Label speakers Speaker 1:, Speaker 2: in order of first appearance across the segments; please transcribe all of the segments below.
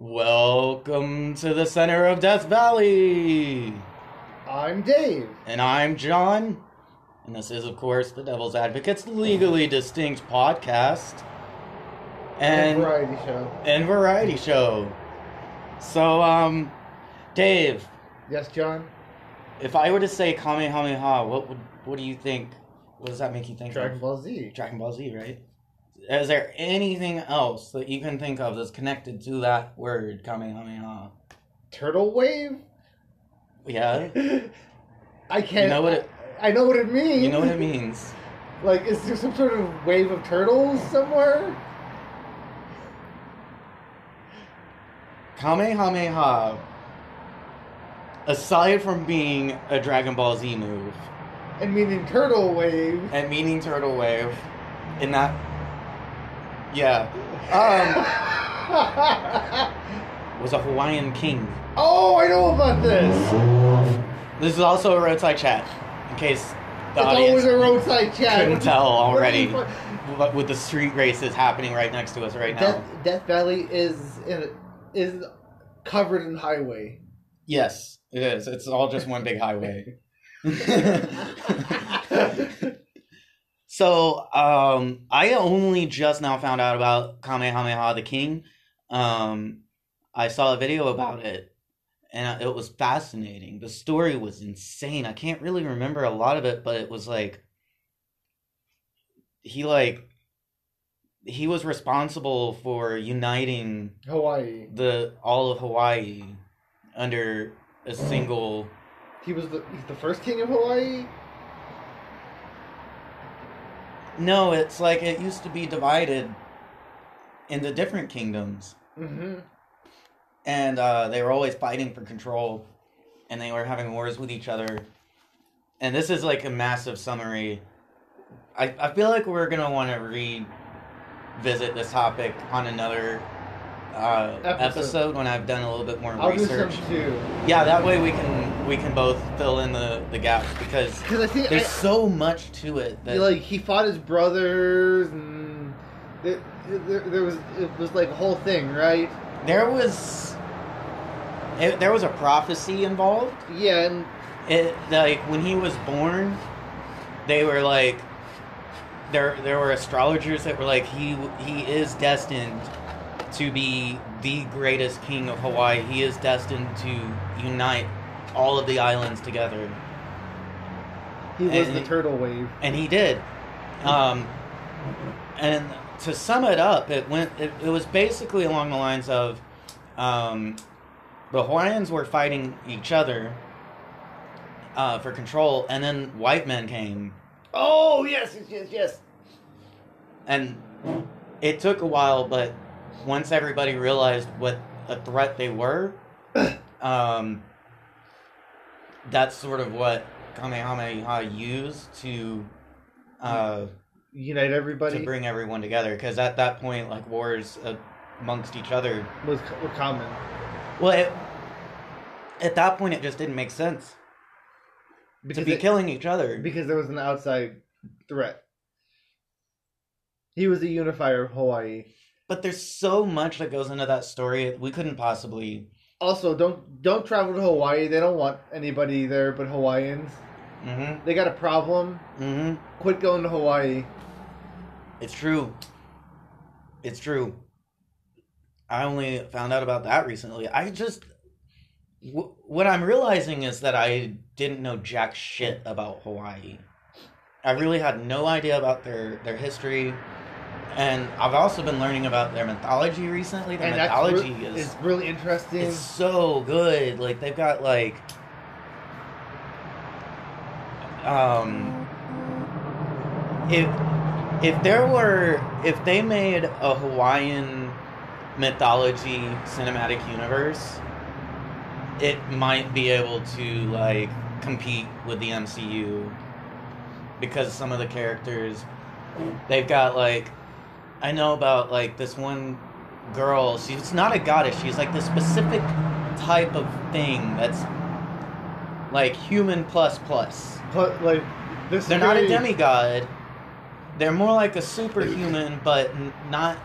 Speaker 1: Welcome to the center of Death Valley.
Speaker 2: I'm Dave.
Speaker 1: And I'm John. And this is, of course, the Devil's Advocates Legally Distinct podcast
Speaker 2: And
Speaker 1: and,
Speaker 2: variety show.
Speaker 1: and variety show. So, um, Dave,
Speaker 2: Yes, John.
Speaker 1: if I were to say Kamehameha, what would what do you think? What does that make you think?
Speaker 2: Dragon
Speaker 1: of?
Speaker 2: Ball Z.
Speaker 1: Dragon Ball Z, right? Is there anything else that you can think of that's connected to that word Kamehameha?
Speaker 2: Turtle Wave.
Speaker 1: Yeah,
Speaker 2: I can't.
Speaker 1: know what it-
Speaker 2: I know what it means.
Speaker 1: you know what it means.
Speaker 2: Like, is there some sort of wave of turtles somewhere?
Speaker 1: Kamehameha, aside from being a Dragon Ball Z move
Speaker 2: And meaning turtle wave.
Speaker 1: and meaning Turtle Wave, in that, yeah, um, was a Hawaiian king.
Speaker 2: oh, I know about this.
Speaker 1: This is also a roadside chat, in case the
Speaker 2: it's
Speaker 1: audience
Speaker 2: always a roadside chat.
Speaker 1: couldn't
Speaker 2: What
Speaker 1: tell
Speaker 2: the- what
Speaker 1: already.
Speaker 2: the fuck?
Speaker 1: But with the street races happening right next to us right now.
Speaker 2: Death, Death Valley is in, is covered in highway.
Speaker 1: Yes, it is. It's all just one big highway. so um, I only just now found out about Kamehameha the King. Um, I saw a video about it, and it was fascinating. The story was insane. I can't really remember a lot of it, but it was like he like he was responsible for uniting
Speaker 2: Hawaii.
Speaker 1: the all of Hawaii under a single.
Speaker 2: He was the he's the first king of Hawaii.
Speaker 1: No, it's like it used to be divided into different kingdoms,
Speaker 2: Mm-hmm.
Speaker 1: and uh, they were always fighting for control, and they were having wars with each other. And this is like a massive summary. I I feel like we're gonna want to revisit this topic on another. Uh,
Speaker 2: Episode.
Speaker 1: episode. when I've done a little bit more
Speaker 2: I'll
Speaker 1: research.
Speaker 2: do some too.
Speaker 1: Yeah, that way we can we can both fill in the the gaps because
Speaker 2: Because I think
Speaker 1: There's
Speaker 2: I-
Speaker 1: so much to it that
Speaker 2: like he fought his brothers and there, there, there was it was like a whole thing, right?
Speaker 1: there was it, there was a prophecy involved.
Speaker 2: Yeah, and
Speaker 1: It like when he was born, they were like there there were astrologers that were like he he is destined to be the greatest king of Hawaii. He is destined to unite all of the islands together.
Speaker 2: he was
Speaker 1: And-
Speaker 2: the turtle wave.
Speaker 1: and he did. Um, and to sum it up, it went. It, it was basically along the lines of um, the Hawaiians were fighting each other uh, for control, and then white men came,
Speaker 2: Oh yes, yes, yes, yes.
Speaker 1: and it took a while, but once everybody realized what a threat they were, um, that's sort of what Kamehameha used to. Uh,
Speaker 2: Unite everybody
Speaker 1: to bring everyone together because at that point like wars uh, amongst each other
Speaker 2: was were common.
Speaker 1: well it, at that point it just didn't make sense
Speaker 2: Because
Speaker 1: to be
Speaker 2: it-
Speaker 1: killing each other
Speaker 2: because there was an outside threat. He was the unifier of Hawaii.
Speaker 1: but there's so much that goes into that story we couldn't possibly
Speaker 2: Also, don't don't travel to Hawaii. They don't want anybody there but Hawaiians.
Speaker 1: hmm
Speaker 2: They got a problem.
Speaker 1: hmm
Speaker 2: Quit going to Hawaii.
Speaker 1: it's true it's true i only found out about that recently i just wh- what i'm realizing is that i didn't know jack shit about hawaii i really had no idea about their their history and i've also been learning about their mythology recently their mythology
Speaker 2: re-
Speaker 1: is
Speaker 2: it's really interesting.
Speaker 1: it's so good. Like they've got like um if if there were if they made a Hawaiian mythology cinematic universe, it might be able to like compete with the MCU because some of the characters they've got like I know about like this one girl. She's not a goddess. She's like this specific type of thing that's like human plus plus.
Speaker 2: But like this
Speaker 1: They're
Speaker 2: is
Speaker 1: not a
Speaker 2: very-
Speaker 1: demigod. They're more like a superhuman, but n- not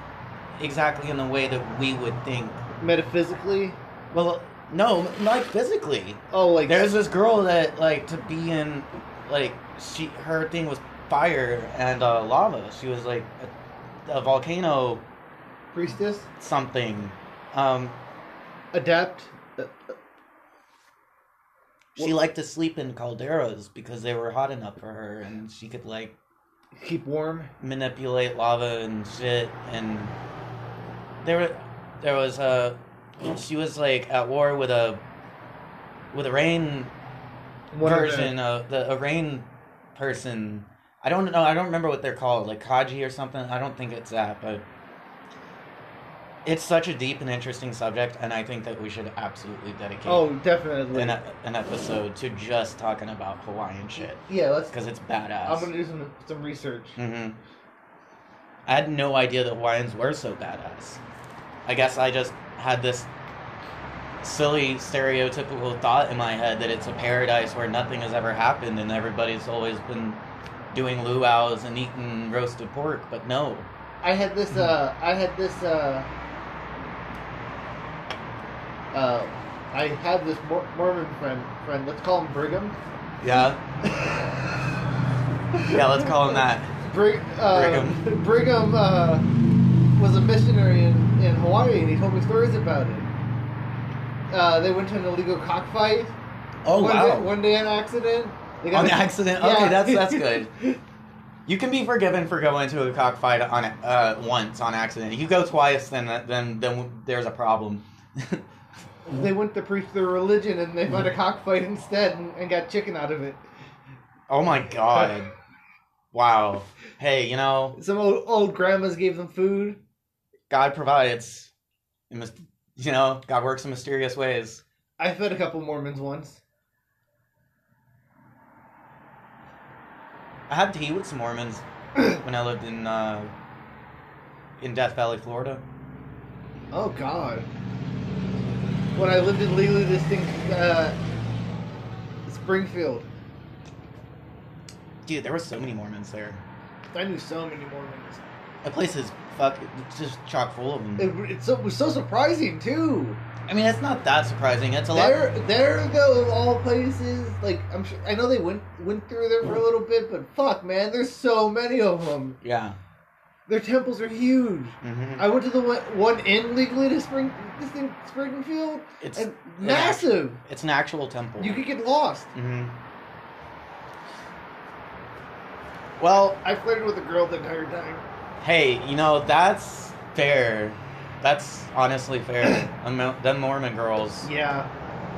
Speaker 1: exactly in the way that we would think
Speaker 2: metaphysically?
Speaker 1: Well, no, like physically.
Speaker 2: Oh, like
Speaker 1: There's this girl that like to be in, like she her thing was fire and uh, lava. She was like a, a volcano
Speaker 2: priestess,
Speaker 1: something. Um,
Speaker 2: adept. Uh, uh,
Speaker 1: she
Speaker 2: Well-
Speaker 1: liked to sleep in calderas because they were hot enough for her, and she could like
Speaker 2: Keep warm.
Speaker 1: manipulate lava and shit. And there, were- there was a she was like at war with a with a rain
Speaker 2: One of the-
Speaker 1: version of the a rain person. I don't know. I don't remember what they're called, like Kaji or something. I don't think it's that, but it's such a deep and interesting subject, and I think that we should absolutely dedicate
Speaker 2: Oh, definitely.
Speaker 1: an, an episode to just talking about Hawaiian shit
Speaker 2: yeah, let's.
Speaker 1: because it's badass.
Speaker 2: I'm gonna do some some research.
Speaker 1: Mhm. I had no idea that Hawaiians were so badass. I guess I just had this silly stereotypical thought in my head that it's a paradise where nothing has ever happened and everybody's always been doing luau's and eating roasted pork, but no.
Speaker 2: I had this. Uh, I had this. Uh, uh, I had this Mor- Mormon friend. Friend, let's call him Brigham.
Speaker 1: Yeah. Yeah, let's call him that.
Speaker 2: Brig, uh,
Speaker 1: Brigham.
Speaker 2: Brigham. uh, was a missionary in, in Hawaii, and he told me stories about it. Uh, they went to an illegal cockfight.
Speaker 1: Oh
Speaker 2: One
Speaker 1: wow.
Speaker 2: Day, one day, an accident. They
Speaker 1: On accident? Okay,
Speaker 2: Yeah.
Speaker 1: that's that's good. You can be forgiven for going to a cockfight on uh, once on accident. You go twice, then uh, then then there's a problem.
Speaker 2: they went to preach their religion, and they found a cockfight instead, and, and got chicken out of it.
Speaker 1: oh my god! Wow. Hey, you know,
Speaker 2: Some old, old grandmas gave them food.
Speaker 1: God provides. In mys- you know, God works in mysterious ways.
Speaker 2: I fed a couple Mormons once.
Speaker 1: I had tea with some Mormons when I lived in uh, in Death Valley, Florida.
Speaker 2: Oh God! When I lived in legally distinct uh, Springfield,
Speaker 1: Dude, there were so many Mormons there.
Speaker 2: I knew so many Mormons.
Speaker 1: The place is fuck, it's just chock full of them.
Speaker 2: It, it's so, it was so surprising too.
Speaker 1: I mean, it's not that surprising. It's a lot.
Speaker 2: There, there go of all places. Like I'm sure, I know they went went through there for a little bit, but fuck, man, there's so many of them.
Speaker 1: Yeah.
Speaker 2: Their temples are huge.
Speaker 1: hmm
Speaker 2: I went to the one, one in legally to Spring, this thing, Springfield,
Speaker 1: It's
Speaker 2: and massive.
Speaker 1: it's an actual temple.
Speaker 2: You could get lost.
Speaker 1: hmm Well,
Speaker 2: I flirted with a girl the entire time.
Speaker 1: hey, you know that's fair. That's honestly fair. Um, them Mormon girls.
Speaker 2: Yeah.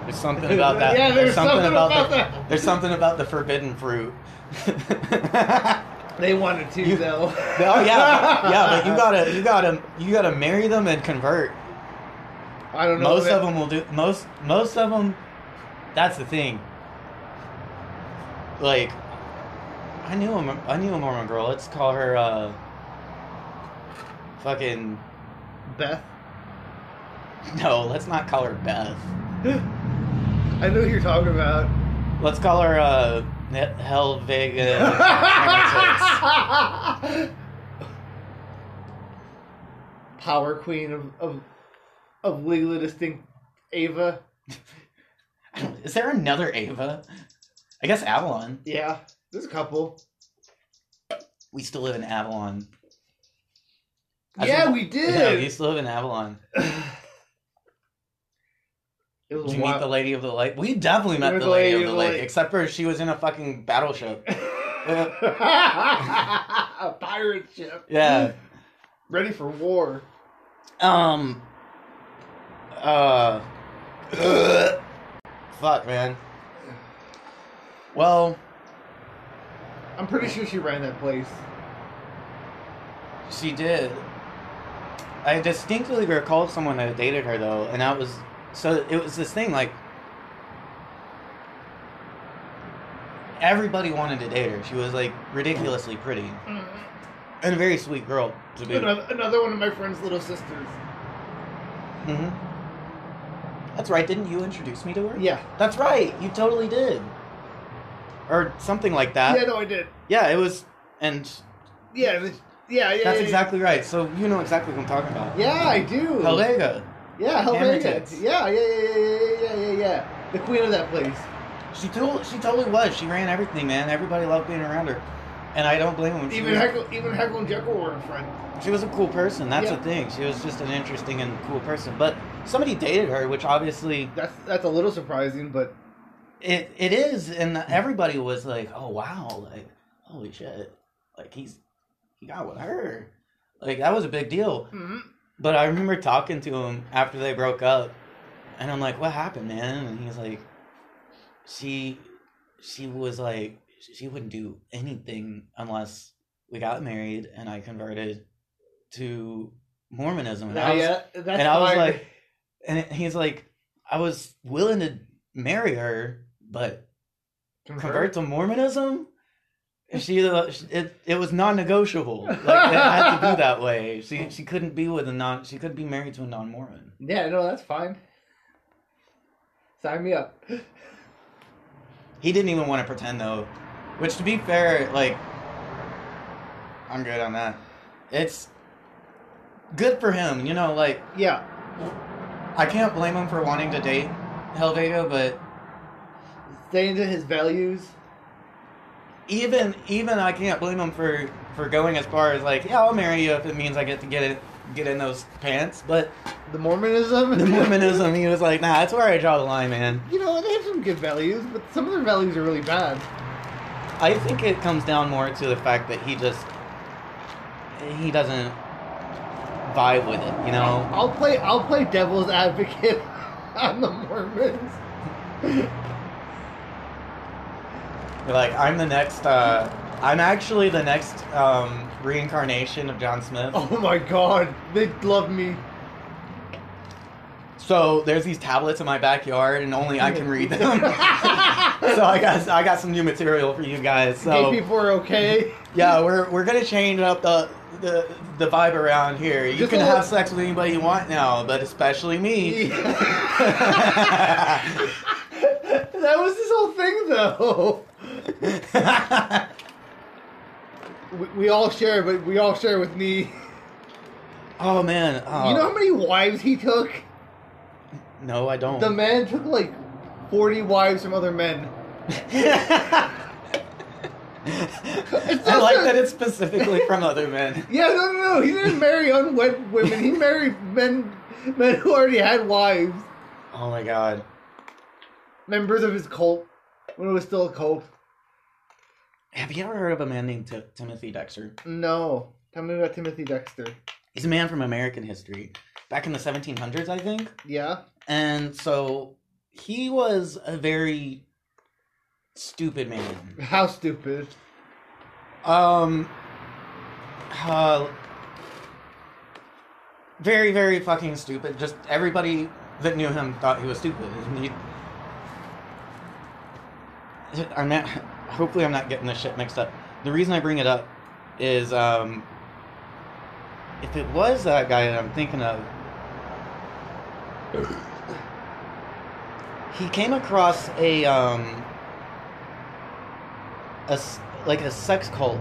Speaker 1: There's something about that.
Speaker 2: yeah, there's, something, about, that.
Speaker 1: the, There's something about the forbidden fruit. oh
Speaker 2: They wanted to
Speaker 1: You- Oh,
Speaker 2: though.
Speaker 1: yeah, yeah, but you gotta, you gotta, you gotta marry them and convert.
Speaker 2: I don't know.
Speaker 1: Most
Speaker 2: that-
Speaker 1: of them will do. Most, most of them. That's the thing. Like, I knew him. I knew a Mormon girl. Let's call her. uh Fucking
Speaker 2: Beth.
Speaker 1: no. Let's not call her Beth.
Speaker 2: I know who you're talking about.
Speaker 1: Let's call her uh H- Helvig.
Speaker 2: Power queen of, of of legally distinct Ava.
Speaker 1: Is there another Ava? I guess Avalon.
Speaker 2: Yeah, there's a couple.
Speaker 1: We still live in Avalon. I
Speaker 2: yeah,
Speaker 1: think-
Speaker 2: we
Speaker 1: Yeah, we
Speaker 2: did.
Speaker 1: still live in Avalon.
Speaker 2: it was
Speaker 1: Did
Speaker 2: a
Speaker 1: you meet the
Speaker 2: wild.
Speaker 1: Lady of the Lake? We definitely met
Speaker 2: Remember
Speaker 1: the Lady of the Lake, except for she was in a fucking battleship.
Speaker 2: a pirate ship.
Speaker 1: Yeah.
Speaker 2: Ready for war.
Speaker 1: Um. Uh. fuck, man. Well,
Speaker 2: I'm pretty sure she ran that place.
Speaker 1: she did. I distinctly recall someone that dated her though, and that was so. It was this thing like everybody wanted to date her. She was like ridiculously pretty and a very sweet girl to be.
Speaker 2: Another, another one of my friend's little sisters.
Speaker 1: hmm Mm-hmm. That's right. Didn't you introduce me to her?
Speaker 2: Yeah.
Speaker 1: That's right. You totally did. Or something like that.
Speaker 2: yeah, no, I did.
Speaker 1: Yeah, it was, and
Speaker 2: Yeah, th- yeah, yeah.
Speaker 1: that's
Speaker 2: yeah,
Speaker 1: exactly right. So you know exactly what I'm talking about.
Speaker 2: Yeah, I do.
Speaker 1: Helvega.
Speaker 2: Yeah, Hell's
Speaker 1: Hammer
Speaker 2: Angel.
Speaker 1: tits.
Speaker 2: Yeah, yeah, yeah, yeah, yeah, yeah, yeah, yeah. The queen of that place.
Speaker 1: She told she totally was. She ran everything, man. Everybody loved being around her, and I don't blame them. She,
Speaker 2: Even
Speaker 1: was,
Speaker 2: Heckle, even Heckle and Jekyll were in front.
Speaker 1: she was a cool person. That's
Speaker 2: Yeah.
Speaker 1: the thing. She was just an interesting and cool person. But somebody dated her, which obviously
Speaker 2: That's that's a little surprising, but
Speaker 1: it it is, and everybody was like, "Oh wow, like holy shit, like he's he got with her." Like that was a big deal. But I remember talking to him after they broke up, and I'm like, "What happened, man?" And he's like, "She, she was like, she wouldn't do anything unless we got married, and I converted to Mormonism." And,
Speaker 2: Nah,
Speaker 1: I was,
Speaker 2: yeah, that's
Speaker 1: and I was
Speaker 2: fine.
Speaker 1: like, and he's like, "I was willing to marry her, but convert to Mormonism." And she, it, it was non-negotiable. Like it had to be that way. She, she couldn't be with a non. She couldn't be married to a non-Mormon.
Speaker 2: Yeah, no, that's fine. Sign me up.
Speaker 1: He didn't even want to pretend though, which to be fair, like I'm good on that. It's good for him, you know. Like
Speaker 2: Yeah,
Speaker 1: I can't blame him for wanting to date Helvega, but
Speaker 2: staying to his values.
Speaker 1: even even I can't blame him for for going as far as like, yeah, I'll marry you if it means I get to get it get in those pants. But
Speaker 2: The Mormonism.
Speaker 1: the Mormonism, he was like, nah, that's where I draw the line, man.
Speaker 2: You know, they have some good values, but some of their values are really bad.
Speaker 1: I think it comes down more to the fact that he just he doesn't vibe with it, you know.
Speaker 2: I'll play. I'll play devil's advocate on the Mormons.
Speaker 1: Like I'm the next. Uh, I'm actually the next um, reincarnation of John Smith.
Speaker 2: Oh my God, they love me.
Speaker 1: So there's these tablets in my backyard, and only I can read them. so I got I got some new material for you guys.
Speaker 2: Gay
Speaker 1: So
Speaker 2: people are okay.
Speaker 1: yeah, we're we're gonna change up the the the vibe around here. You
Speaker 2: Just
Speaker 1: can
Speaker 2: a little-
Speaker 1: have sex with anybody you want now, but especially me.
Speaker 2: that was this whole thing, though. We, we all share, but we all share with me.
Speaker 1: oh man. Oh,
Speaker 2: You know how many wives he took?
Speaker 1: no, I don't.
Speaker 2: The man took like 40 wives from other men.
Speaker 1: I like that it's specifically from other men.
Speaker 2: Yeah, no, no, no. He didn't marry unwed women. He married men, men who already had wives,
Speaker 1: Oh my god.
Speaker 2: members of his cult when it was still a cult.
Speaker 1: Have you ever heard of a man named Ti- Timothy Dexter?
Speaker 2: No, tell me about Timothy Dexter.
Speaker 1: He's a man from American history, back in the 1700s, I think.
Speaker 2: Yeah,
Speaker 1: And so he was a very stupid man.
Speaker 2: how stupid.
Speaker 1: Um, uh, very, very fucking stupid. Just everybody that knew him thought he was stupid. And he, I'm not. Hopefully, I'm not getting this shit mixed up. The reason I bring it up is, um, if it was that guy that I'm thinking of, he came across a um, a s- like a sex cult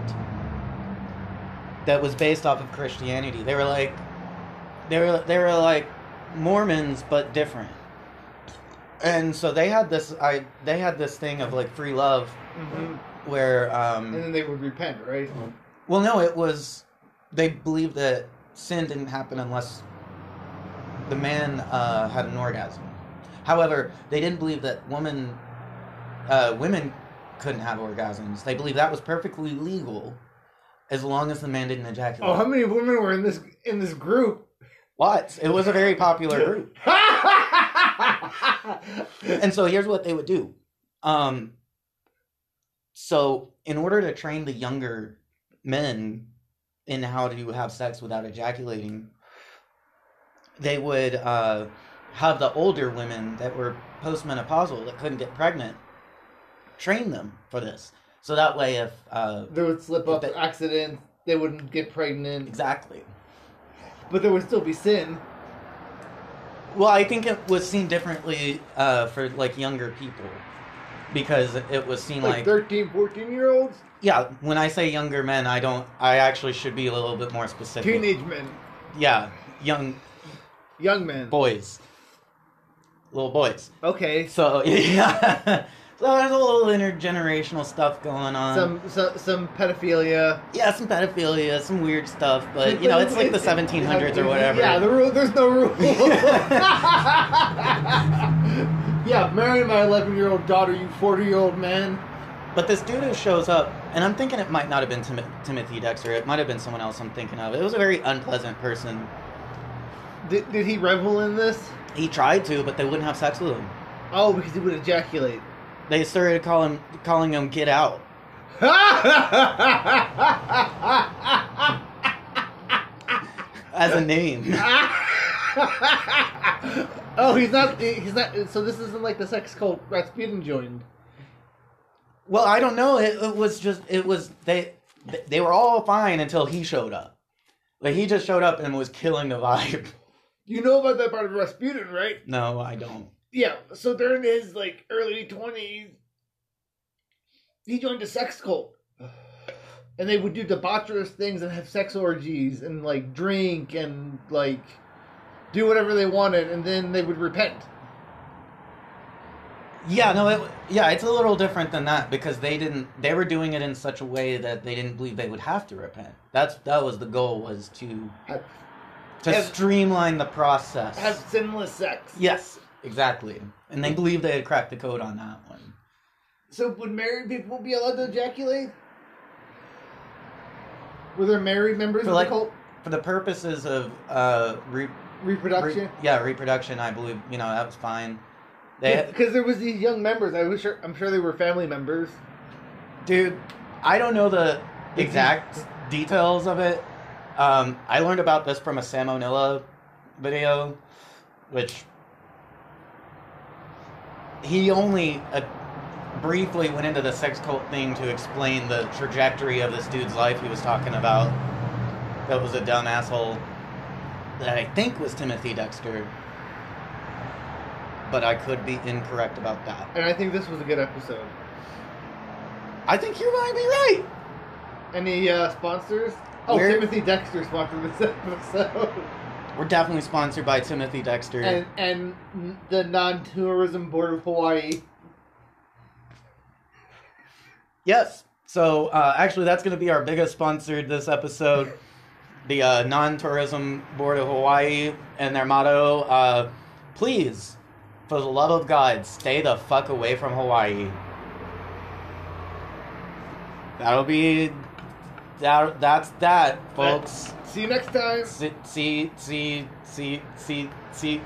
Speaker 1: that was based off of Christianity. They were like they were they were like Mormons but different. And so they had this I they had this thing of like free love Mm-hmm.
Speaker 2: hmm
Speaker 1: where
Speaker 2: And
Speaker 1: um
Speaker 2: then they would repent, right?
Speaker 1: well no it was they believed that sin didn't happen unless the man uh, had an orgasm. However, they didn't believe that woman uh, women couldn't have orgasms. They believed that was perfectly legal as long as the man didn't ejaculate.
Speaker 2: Oh, how many women were in this in this group?
Speaker 1: Lots. It was a very popular group.
Speaker 2: yeah,
Speaker 1: and so here's what they would do. Um, so in order to train the younger men in how to have sex without ejaculating, they would uh, have the older women that were postmenopausal that couldn't get pregnant train them for this. So that way, if uh,
Speaker 2: there would slip up
Speaker 1: But-
Speaker 2: accidents. They wouldn't get pregnant,
Speaker 1: exactly.
Speaker 2: but there would still be sin.
Speaker 1: Well, I think it was seen differently uh, for like younger people because it was seen
Speaker 2: Like
Speaker 1: like
Speaker 2: 13, 14 year olds,
Speaker 1: Yeah, when I say younger men, I don't. I actually should be a little bit more specific.
Speaker 2: teenage men.
Speaker 1: Yeah, young,
Speaker 2: Young men.
Speaker 1: boys, little boys.
Speaker 2: Okay.
Speaker 1: So yeah, so there's a little intergenerational stuff going on.
Speaker 2: Some so, some pedophilia.
Speaker 1: yeah, some pedophilia, some weird stuff, but you know it's like the 1700s or whatever.
Speaker 2: Yeah, the rule. There's no rule. yeah, marry my 11 year old daughter, you 40 year old man.
Speaker 1: But this dude who shows up, and I'm thinking it might not have been Tim- Timothy Dexter. It might have been someone else I'm thinking of. It was a very unpleasant person.
Speaker 2: Did, did he revel in this?
Speaker 1: He tried to, but they wouldn't have sex with him.
Speaker 2: Oh, because he would ejaculate.
Speaker 1: They started calling calling him "Get Out." as a name.
Speaker 2: oh, he's not. He's not. So this isn't like the sex cult Rasputin joined.
Speaker 1: Well, I don't know. It, it was just it was they they were all fine until he showed up. Like he just showed up and was killing the vibe.
Speaker 2: You know about that part of Rasputin, right?
Speaker 1: No, I don't.
Speaker 2: Yeah. So during his like early twenties, he joined a sex cult, and they would do debaucherous things and have sex orgies and like drink and like do whatever they wanted, and then they would repent.
Speaker 1: Yeah, no, it, yeah, it's a little different than that because they didn't. They were doing it in such a way that they didn't believe they would have to repent. That's that was the goal was to
Speaker 2: Have-
Speaker 1: to
Speaker 2: have-
Speaker 1: streamline the process.
Speaker 2: Have sinless sex.
Speaker 1: yes, exactly, and they believed they had cracked the code on that one.
Speaker 2: So would married people be allowed to ejaculate? Were there married members
Speaker 1: For
Speaker 2: of
Speaker 1: like-
Speaker 2: the cult?
Speaker 1: For the purposes of uh, re,
Speaker 2: Reproduction?
Speaker 1: Re- yeah, reproduction. I believe you know that was fine. They,
Speaker 2: Because there was these young members. I was sure. I'm sure they were family members.
Speaker 1: dude, I don't know the
Speaker 2: Did you-
Speaker 1: exact details of it. Um, I learned about this from a Sam O'Nilla video, which he only uh, briefly went into the sex cult thing to explain the trajectory of this dude's life he was talking about. That was a dumb asshole that I think was Timothy Dexter, but I could be incorrect about that.
Speaker 2: And I think this was a good episode.
Speaker 1: I think you might be right.
Speaker 2: Any uh, sponsors? Oh,
Speaker 1: We're-
Speaker 2: Timothy Dexter sponsored this episode.
Speaker 1: We're definitely sponsored by Timothy Dexter.
Speaker 2: and and the non-tourism board of Hawaii.
Speaker 1: yes. So uh, actually, that's going to be our biggest sponsor this episode. The uh, non-tourism board of Hawaii and their motto: uh, "Please, for the love of God, stay the fuck away from Hawaii." That'll be that. That's that, folks.
Speaker 2: See you next time.
Speaker 1: See, see, see, see, see, see,